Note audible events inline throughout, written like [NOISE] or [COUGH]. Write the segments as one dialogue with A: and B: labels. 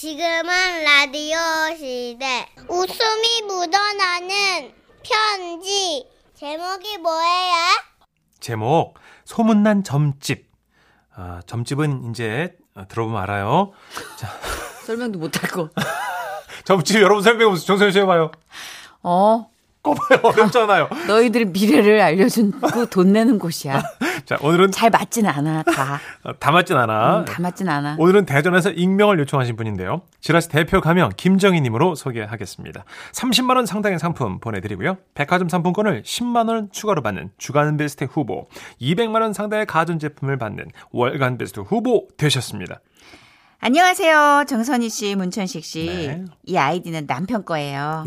A: 지금은 라디오 시대. 웃음이 묻어나는 편지. 제목이 뭐예요?
B: 제목 소문난 점집. 아, 점집은 이제 어, 들어보면 알아요.
C: 설명도 못하고.
B: 점집 여러분 설명 없어 정선씨 해봐요. [LAUGHS]
C: 어,
B: 꼽아요 어렵잖아요.
C: 너희들의 미래를 알려준 그 돈 내는 곳이야.
B: 자 오늘은
C: 잘 맞진 않아, 다.
B: 어, 다 맞진 않아.
C: 음, 다 맞진 않아.
B: 오늘은 대전에서 익명을 요청하신 분인데요. 지라시 대표 가명 김정희님으로 소개하겠습니다. 30만 원 상당의 상품 보내드리고요. 백화점 상품권을 10만 원 추가로 받는 주간 베스트 후보, 200만 원 상당의 가전 제품을 받는 월간 베스트 후보 되셨습니다.
C: 안녕하세요. 정선희 씨, 문천식 씨.
B: 네.
C: 이 아이디는 남편 거예요.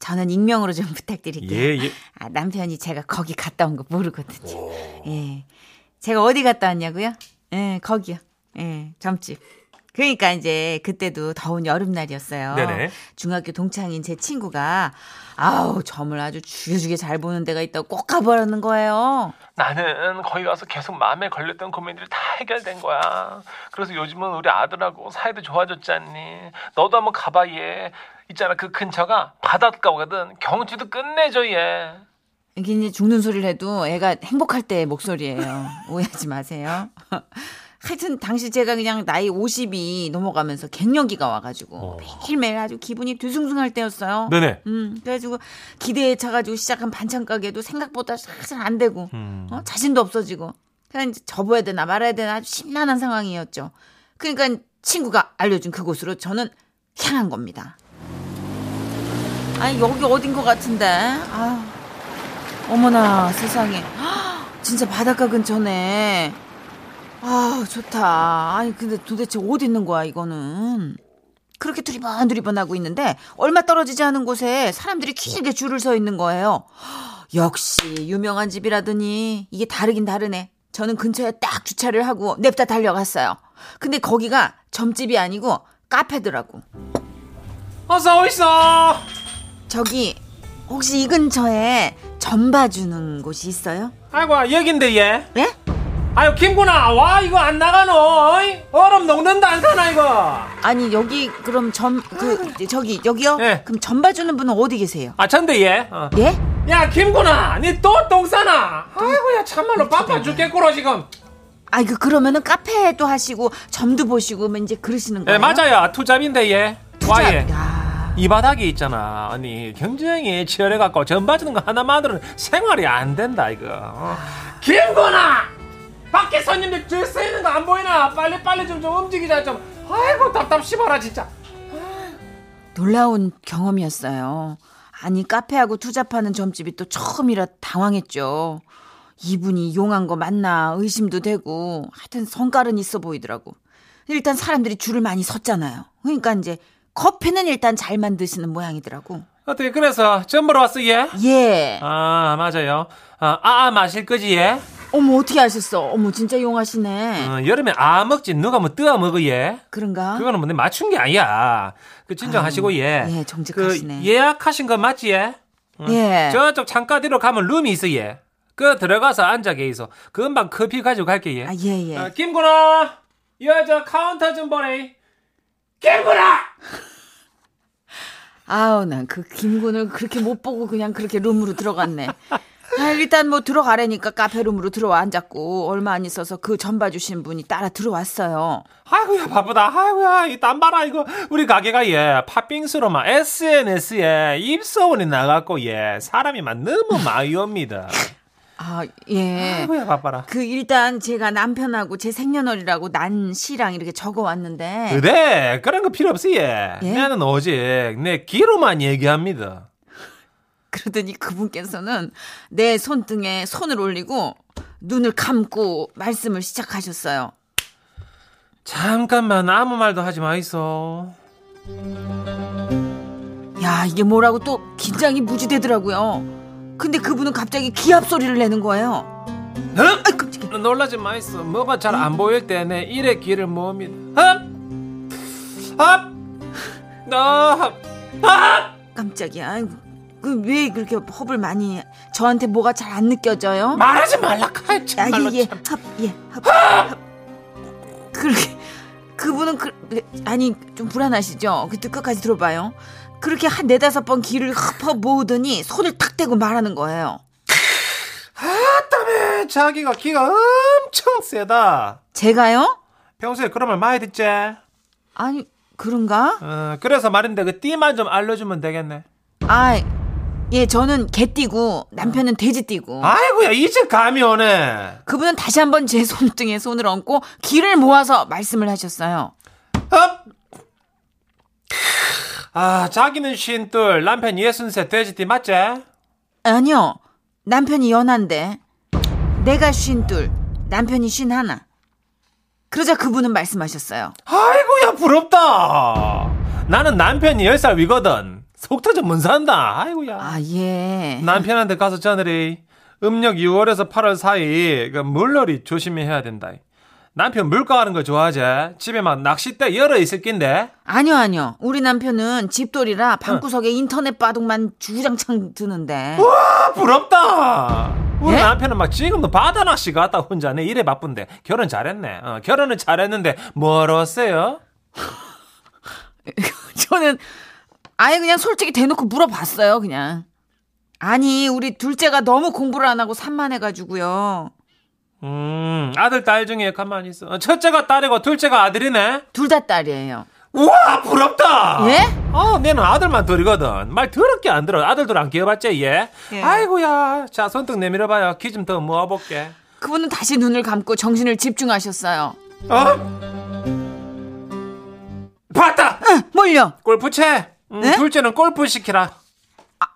C: 저는 익명으로 좀 부탁드릴게요.
B: 예 예.
C: 아, 남편이 제가 거기 갔다 온 거 모르거든요. 예. 제가 어디 갔다 왔냐고요? 예, 거기요. 예, 점집. 그러니까 이제 그때도 더운 여름날이었어요.
B: 네네.
C: 중학교 동창인 제 친구가 아우 점을 아주 주게주게 잘 보는 데가 있다고 꼭 가보라는 거예요.
D: 나는 거기 가서 계속 마음에 걸렸던 고민들이 다 해결된 거야. 그래서 요즘은 우리 아들하고 사이도 좋아졌잖니. 너도 한번 가봐 얘. 있잖아 그 근처가 바닷가거든. 경치도 끝내줘 얘.
C: 이게 이제 죽는 소리를 해도 애가 행복할
B: [LAUGHS]
C: 때 목소리예요. 오해하지 마세요. 하여튼 당시 제가 그냥 나이 50이 넘어가면서 갱년기가
B: 어.
C: 와가지고 매일매일 아주 기분이 뒤숭숭할 때였어요.
B: 네네.
C: 음, 그래가지고 기대에 차가지고 시작한 반찬 가게도 생각보다 잘 안 되고
B: 음.
C: 어? 자신도 없어지고 그냥 이제 접어야 되나 말아야 되나 아주 심란한 상황이었죠. 그러니까 친구가 알려준 그곳으로 저는 향한 겁니다. 아니 여기 어딘 것 같은데? 아, 어머나 세상에 헉, 진짜 바닷가 근처네. 아 좋다. 아니 근데 도대체 어디 있는 거야 이거는? 그렇게 두리번 두리번 하고 있는데 얼마 떨어지지 않은 곳에 사람들이 길게 줄을 서 있는 거예요. 역시 유명한 집이라더니 이게 다르긴 다르네. 저는 근처에 딱 주차를 하고 냅다 달려갔어요. 근데 거기가 점집이 아니고 카페더라고.
D: 어서 오이소.
C: 저기 혹시 이 근처에 점 봐주는 곳이 있어요?
D: 아이고 여긴데 얘.
C: 예?
D: 아유 김구나 와 이거 안 나가노. 어이? 얼음 녹는다 안 가나 이거.
C: 아니 여기 그럼 점 그 저기 여기요?
D: 예.
C: 그럼 점 봐주는 분은 어디 계세요?
D: 아 찬데 얘. 어.
C: 예?
D: 야 김구나 니 또 똥싸나. 아이고 야 참말로 바빠 죽겠구나 지금.
C: 아이 그 그러면은 카페도 하시고 점도 보시고 면 이제 그러시는
D: 예
C: 거예요?
D: 맞아요 투잡인데 얘. 와
C: 자,
D: 얘.
C: 야.
D: 이 바닥이 있잖아. 아니 경쟁이 치열해갖고 전봐주는 거 하나만으로는 생활이 안 된다 이거. 어. 김건아, 밖에 손님들 줄 서 있는 거 안 보이나? 빨리 빨리 좀 좀 움직이자 좀. 아이고 답답시바라 진짜.
C: 놀라운 경험이었어요. 아니 카페하고 투잡하는 점집이 또 처음이라 당황했죠. 이분이 용한 거 맞나 의심도 되고 하여튼 성깔은 있어 보이더라고. 일단 사람들이 줄을 많이 섰잖아요. 그러니까 이제 커피는 일단 잘 만드시는 모양이더라고.
D: 어떻게 그래서 점 보러 왔어 얘?
C: 예.
D: 아 맞아요. 아, 아 마실 거지 얘.
C: 어머 어떻게 아셨어? 어머 진짜 용하시네.
D: 어, 여름에 아 먹지 누가 뭐 뜨아 먹어 얘.
C: 그런가?
D: 그거는 뭔데 맞춘 게 아니야. 그 진정하시고 얘.
C: 예, 정직하시네.
D: 그 예약하신 거 맞지 얘?
C: 예.
D: 저쪽 창가 뒤로 가면 룸이 있어 얘. 그 들어가서 앉아 계이소. 금방 커피 가지고 갈게 얘.
C: 아 예, 예.
D: 아, 김구나 여자 카운터 좀 보내. 김구나.
C: 아우 난 그 김군을 그렇게 못 보고 그냥 그렇게 룸으로 들어갔네. 아, 일단 뭐 들어가라니까 카페 룸으로 들어와 앉았고 얼마 안 있어서 그 전 봐주신 분이 따라 들어왔어요.
D: 아이고야 바쁘다. 아이고야 이땀 봐라 이거 우리 가게가 얘 팥빙수로 막 SNS에 입소문이 나갔고 얘 사람이 막 너무 많이 옵니다.
C: 아 예.
D: 아이고야 바빠라.
C: 그 일단 제가 남편하고 제 생년월일하고 난 씨랑 이렇게 적어 왔는데
D: 그래 그런 거 필요 없어 얘.
C: 예?
D: 나는 오직 내 귀로만 얘기합니다.
C: 그러더니 그분께서는 내 손등에 손을 올리고 눈을 감고 말씀을 시작하셨어요.
D: 잠깐만 아무 말도 하지 마 있어.
C: 야 이게 뭐라고 또 긴장이 무지되더라고요. 근데 그분은 갑자기 기합 소리를 내는 거예요.
D: 흠!
C: 아이 깜짝이야.
D: 놀라지 마 있어. 뭐가 잘 안 보일 때 내 일의 길을 모읍니다. 흠! 흠! 나 흠!
C: 깜짝이야. 아이고, 그 왜 그렇게 허블 많이 해? 저한테 뭐가 잘 안 느껴져요?
D: 말하지 말라 카이
C: 아,
D: 참말로
C: 예, 예,
D: 참.
C: 합, 예, 합, 합. 그렇게 그분은 그, 아니 좀 불안하시죠? 그때 끝까지 들어봐요. 그렇게 한 네다섯 번 귀를 흡어 모으더니 손을 탁 대고 말하는 거예요.
B: 아따매 자기가 기가 엄청 세다.
C: 제가요?
B: 평소에 그런 말 많이 듣지?
D: 어,
C: 아니 그런가?
B: 어, 그래서 말인데 그 띠만 좀 알려주면 되겠네.
C: 아, 예 저는 개띠고 남편은 돼지띠고.
B: 아이고야 이제 감이 오네.
C: 그분은 다시 한번 제 손등에 손을 얹고 귀를 모아서 말씀을 하셨어요.
B: 업! 아 자기는 쉰둘 남편 예순세 돼지띠 맞지?
C: 아니요. 남편이 연한데. 내가 쉰 둘, 남편이 쉰 하나. 그러자 그분은 말씀하셨어요.
B: 아이고야 부럽다. 나는 남편이 열 살 위거든. 속 터져 못 산다. 아이고야.
C: 아, 예.
B: 남편한테 가서 전해래. 음력 6월에서 8월 사이 그 물놀이 조심히 해야 된다. 남편 물가 가는 거 좋아하지? 집에만 낚싯대 열어 있을 낀데.
C: 아니요, 아니요. 우리 남편은 집돌이라 방구석에 인터넷 바둑만 주구장창 드는데.
B: 아 부럽다. 우리
C: 예?
B: 남편은 막 지금도 바다 낚시 갔다 혼자네 일에 바쁜데 결혼 잘했네. 어, 결혼은 잘했는데 멀었어요?
C: [LAUGHS] 저는 아예 그냥 솔직히 대놓고 물어봤어요, 그냥. 아니, 우리 둘째가 너무 공부를 안 하고 산만해가지고요.
B: 음 아들 딸 중에 가만히 있어. 어, 첫째가 딸이고 둘째가 아들이네.
C: 둘 다 딸이에요.
B: 우와 부럽다.
C: 예?
B: 어, 내는 아들만 둘이거든. 말 더럽게 안 들어. 아들들 안 키워봤지, 얘?
C: 예.
B: 아이고야. 자, 손등 내밀어봐요. 키 좀 더 모아볼게.
C: 그분은 다시 눈을 감고 정신을 집중하셨어요.
B: 어? 봤다!
C: 뭘요?
B: 골프채! 음,
C: 네?
B: 둘째는 골프 시키라.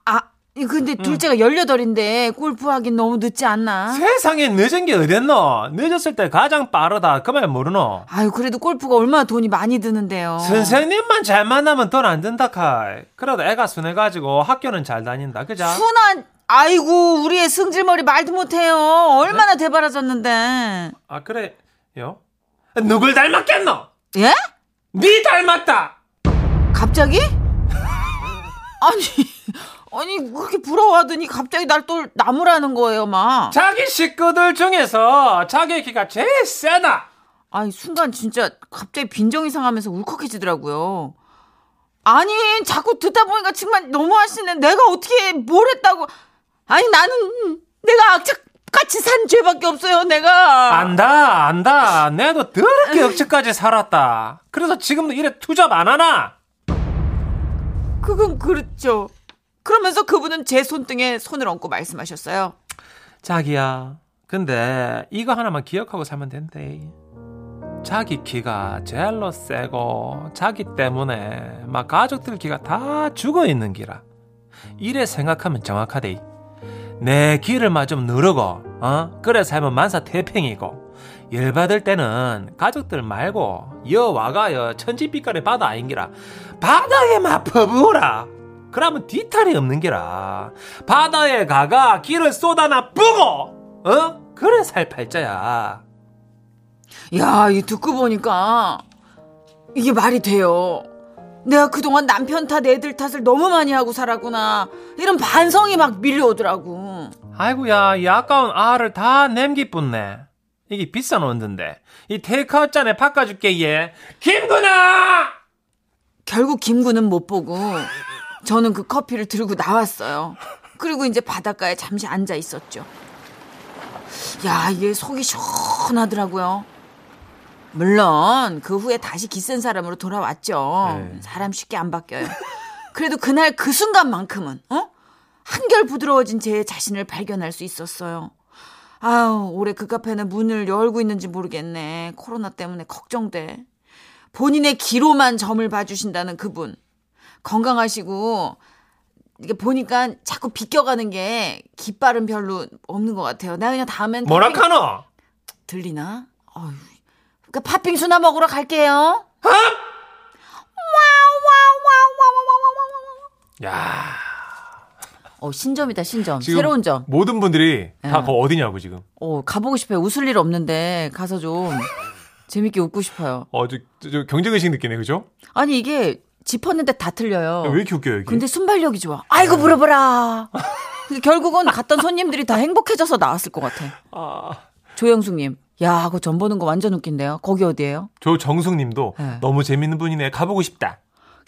C: 아, 이 근데 둘째가 18인데 골프하긴 너무 늦지 않나?
B: 세상에 늦은 게 어딨노? 늦었을 때 가장 빠르다. 그 말 모르노?
C: 아유, 그래도 골프가 얼마나 돈이 많이 드는데요.
B: 선생님만 잘 만나면 돈 안 든다, 카이. 그래도 애가 순해가지고 학교는 잘 다닌다, 그자?
C: 순한, 아이고, 우리 의 승질머리 말도 못해요. 얼마나 대바라졌는데.
B: 아, 그래요? 누굴 닮았겠노?
C: 예?
B: 니 닮았다!
C: 갑자기? 아니, 아니, 그렇게 부러워하더니 갑자기 날 또 나무라는 거예요, 막.
B: 자기 식구들 중에서 자기 키가 제일 세다.
C: 아니, 순간 진짜 갑자기 빈정이 상하면서 울컥해지더라고요. 아니, 자꾸 듣다 보니까 정말 너무하시네. 내가 어떻게 뭘 했다고. 아니, 나는 내가 악착같이 산 죄밖에 없어요,
D: 아,
C: 내가.
B: 안다, 안다. 내도 더럽게 억지까지 살았다. 그래서 지금도 일에 투잡 안 하나?
C: 그건 그렇죠. 그러면서 그분은 제 손등에 손을 얹고 말씀하셨어요.
B: 자기야, 근데 이거 하나만 기억하고 살면 된대. 자기 키가 제일로 세고 자기 때문에 막 가족들 키가 다 죽어 있는 기라. 이래 생각하면 정확하대. 내 키를 마좀 누르고, 어? 그래 살면 만사 태평이고. 열 받을 때는 가족들 말고 여 와가여 천지빛깔의 바다 아닌기라 바다에 막 퍼부어라 그러면 뒤탈이 없는기라 바다에 가가 길을 쏟아나 뿌고 어 그래 살 팔자야
C: 야, 이 듣고 보니까 이게 말이 돼요. 내가 그동안 남편 탓, 애들 탓을 너무 많이 하고 살았구나. 이런 반성이 막 밀려오더라고.
B: 아이고야 이 아까운 알을 다 냄기뿐네 이게 비싼 원두인데 이 테이크아웃 잔에 바꿔줄게 얘 김구나
C: 결국 김구는 못 보고 저는 그 커피를 들고 나왔어요. 그리고 이제 바닷가에 잠시 앉아 있었죠. 야, 이게 속이 시원하더라고요. 물론 그 후에 다시 기센 사람으로 돌아왔죠.
B: 네.
C: 사람 쉽게 안 바뀌어요. 그래도 그날 그 순간만큼은 어? 한결 부드러워진 제 자신을 발견할 수 있었어요. 아우, 올해 그 카페는 문을 열고 있는지 모르겠네. 코로나 때문에 걱정돼. 본인의 기로만 점을 봐주신다는 그분. 건강하시고, 이게 보니까 자꾸 비껴가는 게 깃발은 별로 없는 것 같아요. 나 그냥 다음엔. 팥빙-
B: 뭐라카노
C: 들리나? 어휴. 그 팥빙수나 먹으러 갈게요.
B: 어? 야
C: 어, 신점이다, 신점.
B: 지금
C: 새로운 점.
B: 모든 분들이
C: 예.
B: 다 거 어디냐고 지금
C: 어, 가보고 싶어요. 웃을 일 없는데 가서 좀 재밌게 웃고 싶어요.
B: 어저 저, 저 경쟁의식 느끼네 그죠
C: 아니 이게 짚었는데 다 틀려요.
B: 왜 이렇게 웃겨요 여기
C: 어. 근데 순발력이 좋아. 아이고 물어보라. 근데 결국은 갔던 손님들이 다 행복해져서 나왔을 것 같아.
B: 아,
C: 조영숙님
E: 야, 그거 전 보는 거 완전 웃긴데요. 거기 어디예요?
B: 조정숙님도
E: 네.
B: 너무 재밌는 분이네 가보고 싶다.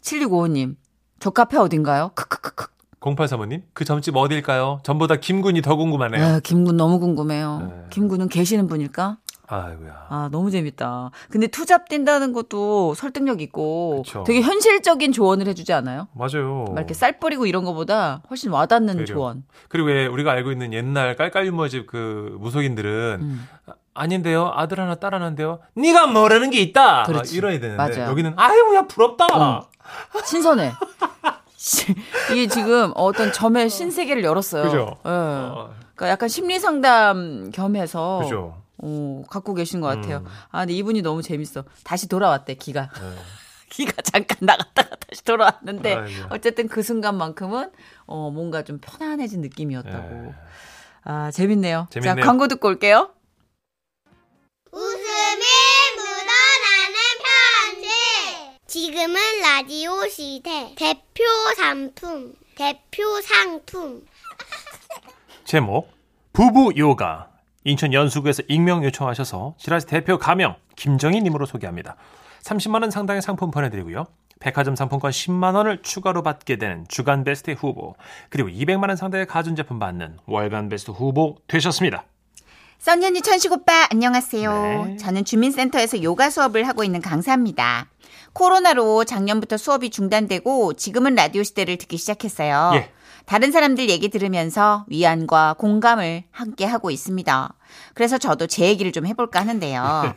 E: 7655님. 저 카페 어딘가요? 크크크크.
B: 0835님 그 점집 어딜까요? 전보다 김군이 더 궁금하네요.
E: 아, 김군 너무 궁금해요.
B: 네.
E: 김군은 계시는 분일까?
B: 아이고야.
E: 아, 너무 재밌다. 근데 투잡 뛴다는 것도 설득력 있고
B: 그쵸.
E: 되게 현실적인 조언을 해주지 않아요?
B: 맞아요.
E: 막 이렇게 쌀 뿌리고 이런 거보다 훨씬 와닿는
B: 되려.
E: 조언.
B: 그리고 왜 우리가 알고 있는 옛날 깔깔 유머집 그 무속인들은
E: 음.
B: 아, 아닌데요 아들 하나 딸 하나인데요 네가 모르는 게 있다 막
E: 그렇지.
B: 이러야 되는데
E: 맞아요.
B: 여기는 아이고야 부럽다
E: 음. 신선해. [LAUGHS] 시- 이게 지금 어떤 점의 신세계를 열었어요.
B: 그죠?
E: 예.
B: 어,
E: 그러니까 약간 심리 상담 겸해서
B: 그죠
E: 어, 갖고 계신 것 같아요.
B: 음.
E: 아, 근데 이분이 너무 재밌어. 다시 돌아왔대 기가. [LAUGHS]
B: 네.
E: 기가 잠깐 나갔다가 다시 돌아왔는데
B: 아이고.
E: 어쨌든 그 순간만큼은 어, 뭔가 좀 편안해진 느낌이었다고.
B: 예.
E: 아 재밌네요. 자
B: 재밌네요.
E: 광고 듣고 올게요.
A: 웃음이 묻어나는 편지. 지금은 라디오 시대 대표 상품, 대표 상품.
B: 제목 부부 요가 인천 연수구에서 익명 요청하셔서 지라시 대표 가명 김정희님으로 소개합니다. 30만 원 상당의 상품 보내드리고요. 백화점 상품권 10만 원을 추가로 받게 되는 주간 베스트 후보 그리고 200만 원 상당의 가전제품 받는 월간 베스트 후보 되셨습니다.
C: 썬언니 천식 오빠 안녕하세요.
B: 네.
C: 저는 주민센터에서 요가 수업을 하고 있는 강사입니다. 코로나로 작년부터 수업이 중단되고 지금은 라디오 시대를 듣기 시작했어요.
B: 예.
C: 다른 사람들 얘기 들으면서 위안과 공감을 함께 하고 있습니다. 그래서 저도 제 얘기를 좀 해볼까
B: [LAUGHS]
C: 하는데요.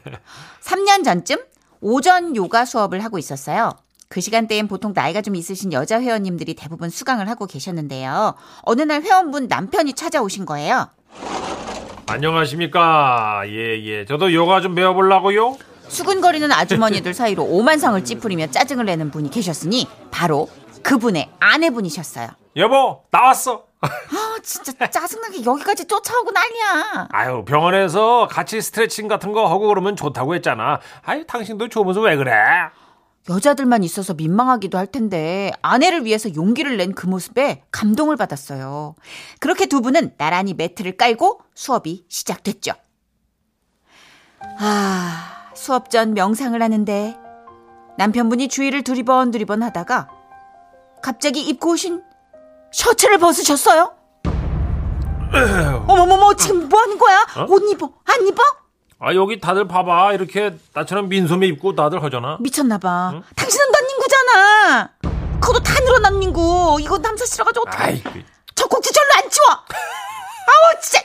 C: 3년 전쯤 오전 요가 수업을 하고 있었어요. 그 시간대엔 보통 나이가 좀 있으신 여자 회원님들이 대부분 수강을 하고 계셨는데요. 어느 날 회원분 남편이 찾아오신 거예요.
D: 안녕하십니까. 예, 예. 저도 요가 좀 배워보려고요.
C: 수근거리는 아주머니들 사이로 오만상을 찌푸리며 짜증을 내는 분이 계셨으니 바로 그분의 아내분이셨어요.
D: 여보,
B: [LAUGHS]
D: 나왔어.
C: 아 진짜 짜증나게 여기까지 쫓아오고 난리야.
D: 아유, 병원에서 같이 스트레칭 같은 거 하고 그러면 좋다고 했잖아. 아유, 당신도 좋으면서 왜 그래?
C: 여자들만 있어서 민망하기도 할 텐데 아내를 위해서 용기를 낸 그 모습에 감동을 받았어요. 그렇게 두 분은 나란히 매트를 깔고 수업이 시작됐죠. 아, 수업 전 명상을 하는데 남편분이 주위를 두리번 두리번 하다가 갑자기 입고 오신 셔츠를 벗으셨어요? 어머머머, 지금 뭐 하는 거야? 옷 입어, 안 입어?
D: 아, 여기 다들 봐봐. 이렇게 나처럼 민소매 입고 다들 하잖아.
C: 미쳤나봐. 당신은 난 인구잖아. 그것도 다 늘어난 인구. 이거 남사 싫어가지고 어떡해.
D: 아이, 그,
C: 젖꼭지 절로 안 치워. 아우 진짜.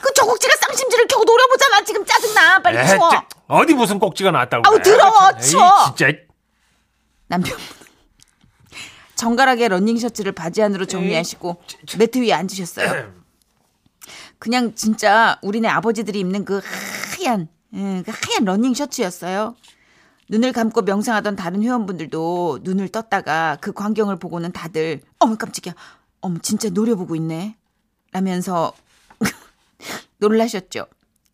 C: 그 젖꼭지가 쌍심지를 겨우 노려보잖아. 지금 짜증나. 빨리
D: 에,
C: 치워.
D: 찌- 어디 무슨 꼭지가 났다고.
C: 아우,
D: 그래.
C: 더러워.
D: 에이,
C: 치워.
D: 진짜.
C: 남편. [LAUGHS] 정갈하게 러닝 셔츠를 바지 안으로 정리하시고 매트 위에 앉으셨어요. 그냥 진짜 우리네 아버지들이 입는 그 하얀 예, 그 하얀 러닝 셔츠였어요. 눈을 감고 명상하던 다른 회원분들도 눈을 떴다가 그 광경을 보고는 다들 어머 깜짝이야. 어머 진짜 노려보고 있네. 라면서 놀라셨죠.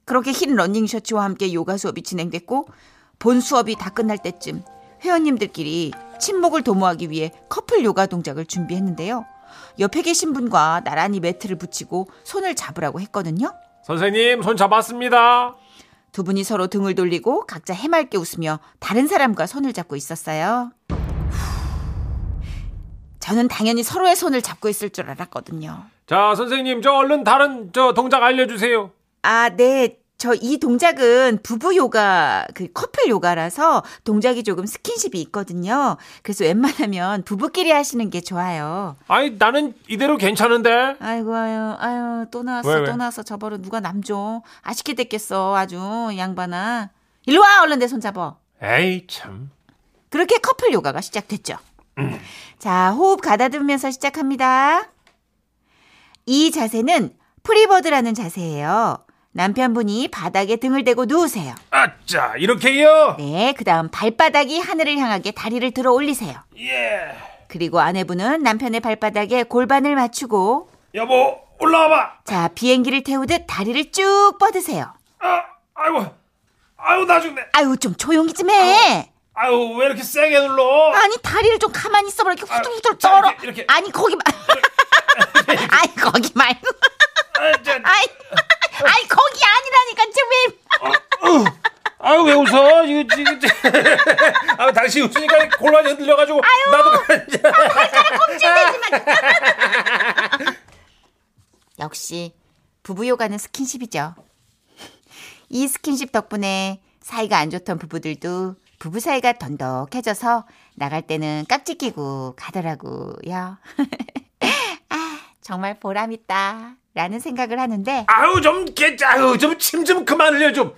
C: 그렇게 흰 러닝 셔츠와 함께 요가 수업이 진행됐고 본 수업이 다 끝날 때쯤 회원님들끼리 침묵을 도모하기 위해 커플 요가 동작을 준비했는데요. 옆에 계신 분과 나란히 매트를 붙이고 손을 잡으라고 했거든요.
D: 선생님, 손 잡았습니다.
C: 두 분이 서로 등을 돌리고 각자 해맑게 웃으며 다른 사람과 손을 잡고 있었어요. 저는 당연히 서로의 손을 잡고 있을 줄 알았거든요.
D: 자, 선생님, 저 얼른 다른 저 동작 알려주세요.
C: 아, 네. 저 이 동작은 부부 요가, 그 커플 요가라서 동작이 조금 스킨십이 있거든요. 그래서 웬만하면 부부끼리 하시는 게 좋아요.
D: 아니, 나는 이대로 괜찮은데.
C: 아이고, 아유, 아유, 또 나왔어,
D: 왜, 왜?
C: 또 나왔어. 저 버릇 누가 남줘. 아쉽게 됐겠어, 아주, 양반아. 일로 와, 얼른 내 손 잡아.
D: 에이, 참.
C: 그렇게 커플 요가가 시작됐죠.
D: 음.
C: 자, 호흡 가다듬으면서 시작합니다. 이 자세는 프리버드라는 자세예요. 남편분이 바닥에 등을 대고 누우세요.
D: 아짜, 이렇게요?
C: 네, 그다음 발바닥이 하늘을 향하게 다리를 들어 올리세요.
D: 예.
C: 그리고 아내분은 남편의 발바닥에 골반을 맞추고
D: 여보, 올라와봐.
C: 자, 비행기를 태우듯 다리를 쭉 뻗으세요.
D: 아, 아이고. 아이고, 나 죽네.
C: 아유, 좀 조용히 좀 해.
D: 아유 왜 이렇게 세게 눌러?
C: 아니, 다리를 좀 가만히 있어봐. 이렇게
D: 아유,
C: 후들후들
D: 자,
C: 떨어.
D: 이렇게, 이렇게.
C: 아니, 거기 말.
D: [LAUGHS]
C: 아니, 거기 말고.
D: 아, 진짜.
C: 아이, 아이 거기 아니라니까 지금.
B: 아유 왜 웃어? 이거 지금 아 당신 웃으니까 골반이 흔들려가지고 나도 가자.
C: 역시 부부요가는 스킨십이죠. 이 스킨십 덕분에 사이가 안 좋던 부부들도 부부 사이가 돈독해져서 나갈 때는 깍지 끼고 가더라고요. [LAUGHS] 아, 정말 보람 있다. 라는 생각을 하는데
B: 아유 좀 개짜 아유 좀 침 좀 그만 흘려 좀.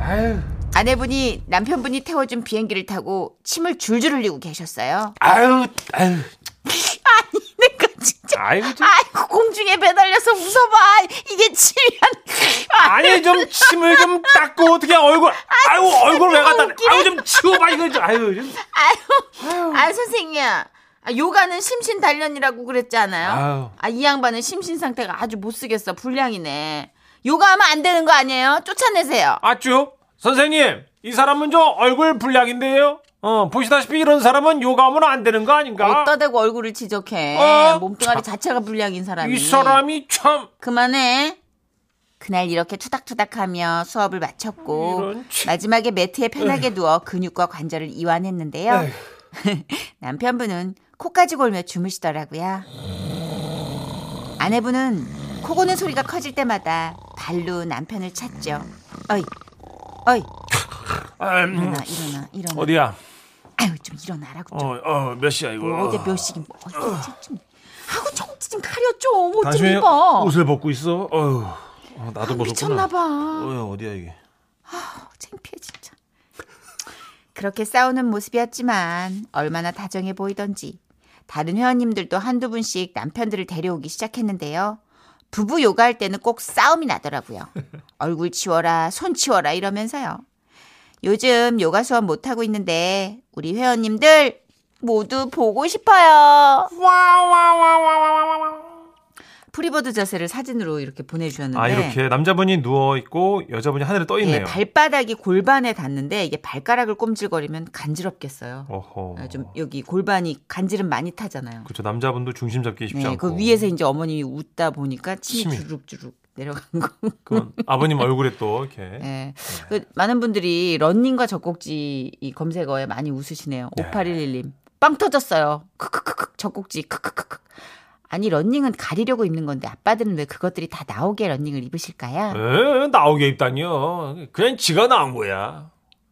B: 아유
C: 아내분이 남편분이 태워준 비행기를 타고 침을 줄줄 흘리고 계셨어요.
B: 아유 아유
C: 아니, 내가 진짜
B: 아유 좀
C: 아이고 공중에 배달려서 무서워. 이게 침이 안
B: 아니 좀 침을 좀 닦고 어떻게 얼굴 아유 얼굴 왜 갖다 대? 아유 좀 치워봐 이거 좀 아유 좀
C: 아유, 아 선생님이야. 아, 요가는 심신 단련이라고
B: 아유.
C: 그랬잖아요. 아 이 양반은 심신 상태가 아주 못 쓰겠어. 불량이네. 요가하면 안 되는 거 아니에요? 쫓아내세요.
B: 아쭈 선생님 이 사람은 저 얼굴 불량인데요. 어 보시다시피 이런 사람은 요가하면 안 되는 거 아닌가?
C: 어떠 대고 얼굴을 지적해.
B: 어?
C: 몸뚱아리 자체가 불량인 사람이.
B: 이 사람이 참
C: 그만해. 그날 이렇게 투닥투닥하며 수업을 마쳤고
B: 이런 치-
C: 마지막에 매트에 편하게 누워 근육과 관절을 이완했는데요. [LAUGHS] 남편분은 코까지 골며 주무시더라고요. 아내분은 코 고는 소리가 커질 때마다 발로 남편을 찾죠. 어이, 어이,
B: 아, 음,
C: 일어나, 일어나, 일어나.
B: 어디야?
C: 아유, 좀 일어나라고. 좀.
B: 어어몇 시야 이거?
C: 어, 제몇 시긴 뭐. 어이, 좀, 좀. 하고 조금씩 좀 가려 좀. 옷 좀
B: 당신이
C: 입어.
B: 옷을 벗고 있어? 어휴, 어, 나도 벗었구나.
C: 미쳤나봐.
B: 어, 어디야 이게?
C: 창피해 진짜. 그렇게 싸우는 모습이었지만 얼마나 다정해 보이던지 다른 회원님들도 한두 분씩 남편들을 데려오기 시작했는데요. 부부 요가할 때는 꼭 싸움이
F: [LAUGHS]
C: 나더라고요. 얼굴 치워라, 손 치워라 이러면서요. 요즘 요가 수업 못 하고 있는데 우리 회원님들 모두 보고 싶어요. 프리버드 자세를 사진으로 이렇게 보내주셨는데
F: 아 이렇게 남자분이 누워 있고 여자분이 하늘에 떠
C: 음, 네. 예,
F: 있네요.
C: 발바닥이 골반에 닿는데 이게 발가락을 꼼질거리면 간지럽겠어요.
F: 어허.
C: 아, 좀 여기 골반이 간지름 많이 타잖아요.
F: 그렇죠. 남자분도 중심 잡기 쉽지
C: 네,
F: 않고.
C: 그 위에서 이제 어머님이 웃다 보니까 침이
F: 침이.
C: 주룩주룩 내려간 거.
F: 그건 아버님 얼굴에 또 이렇게.
C: [LAUGHS] 네. 그 많은 분들이 런닝과 젖꼭지 이 검색어에 많이 웃으시네요. 5811님. 빵 터졌어요. 크크크크 젖꼭지 크크크크. 아니 런닝은 가리려고 입는 건데 아빠들은 왜 그것들이 다 나오게 런닝을 입으실까요?
F: 네.
B: 에 나오게 입다니요. 그냥 지가 나온 거야.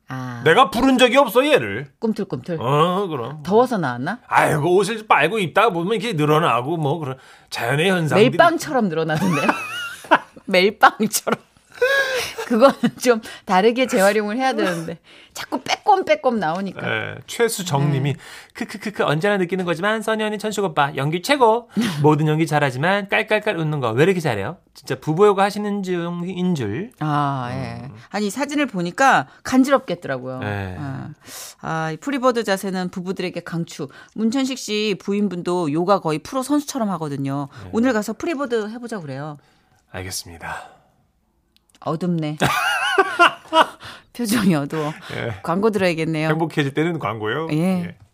C: 아
F: 네.
B: 내가 부른 적이 없어 얘를.
C: 꿈틀꿈틀.
B: 어 그럼.
C: 더워서 나왔나?
B: 아이고 옷을 빨고 입다 보면 이렇게 늘어나고 뭐 그런 자연의 현상들.
C: 멜빵처럼 늘어나던데요. [LAUGHS] 멜빵처럼. 그거는 좀 다르게 재활용을 해야 되는데 자꾸 빼꼼빼꼼
B: 네.
C: 나오니까
F: 예, 최수정님이
C: 네.
F: 크크크크 언제나 느끼는 거지만 써니 언니 천식 오빠 연기 최고 모든 연기 잘하지만 깔깔깔 웃는 거 왜 이렇게 잘해요? 진짜 부부요가 하시는 중인 줄.
C: 아 예. 아니 사진을 보니까 간지럽겠더라고요.
F: 예.
C: 아, 아, 이 프리버드 자세는 부부들에게 강추. 문천식 씨 부인분도 요가 거의 프로 선수처럼 하거든요. 오늘 가서 프리버드 해보자 그래요.
F: 알겠습니다.
C: 어둡네. 표정이 어두워. 광고 들어야겠네요.
F: 행복해질 때는 광고요.
C: 예.
F: 예.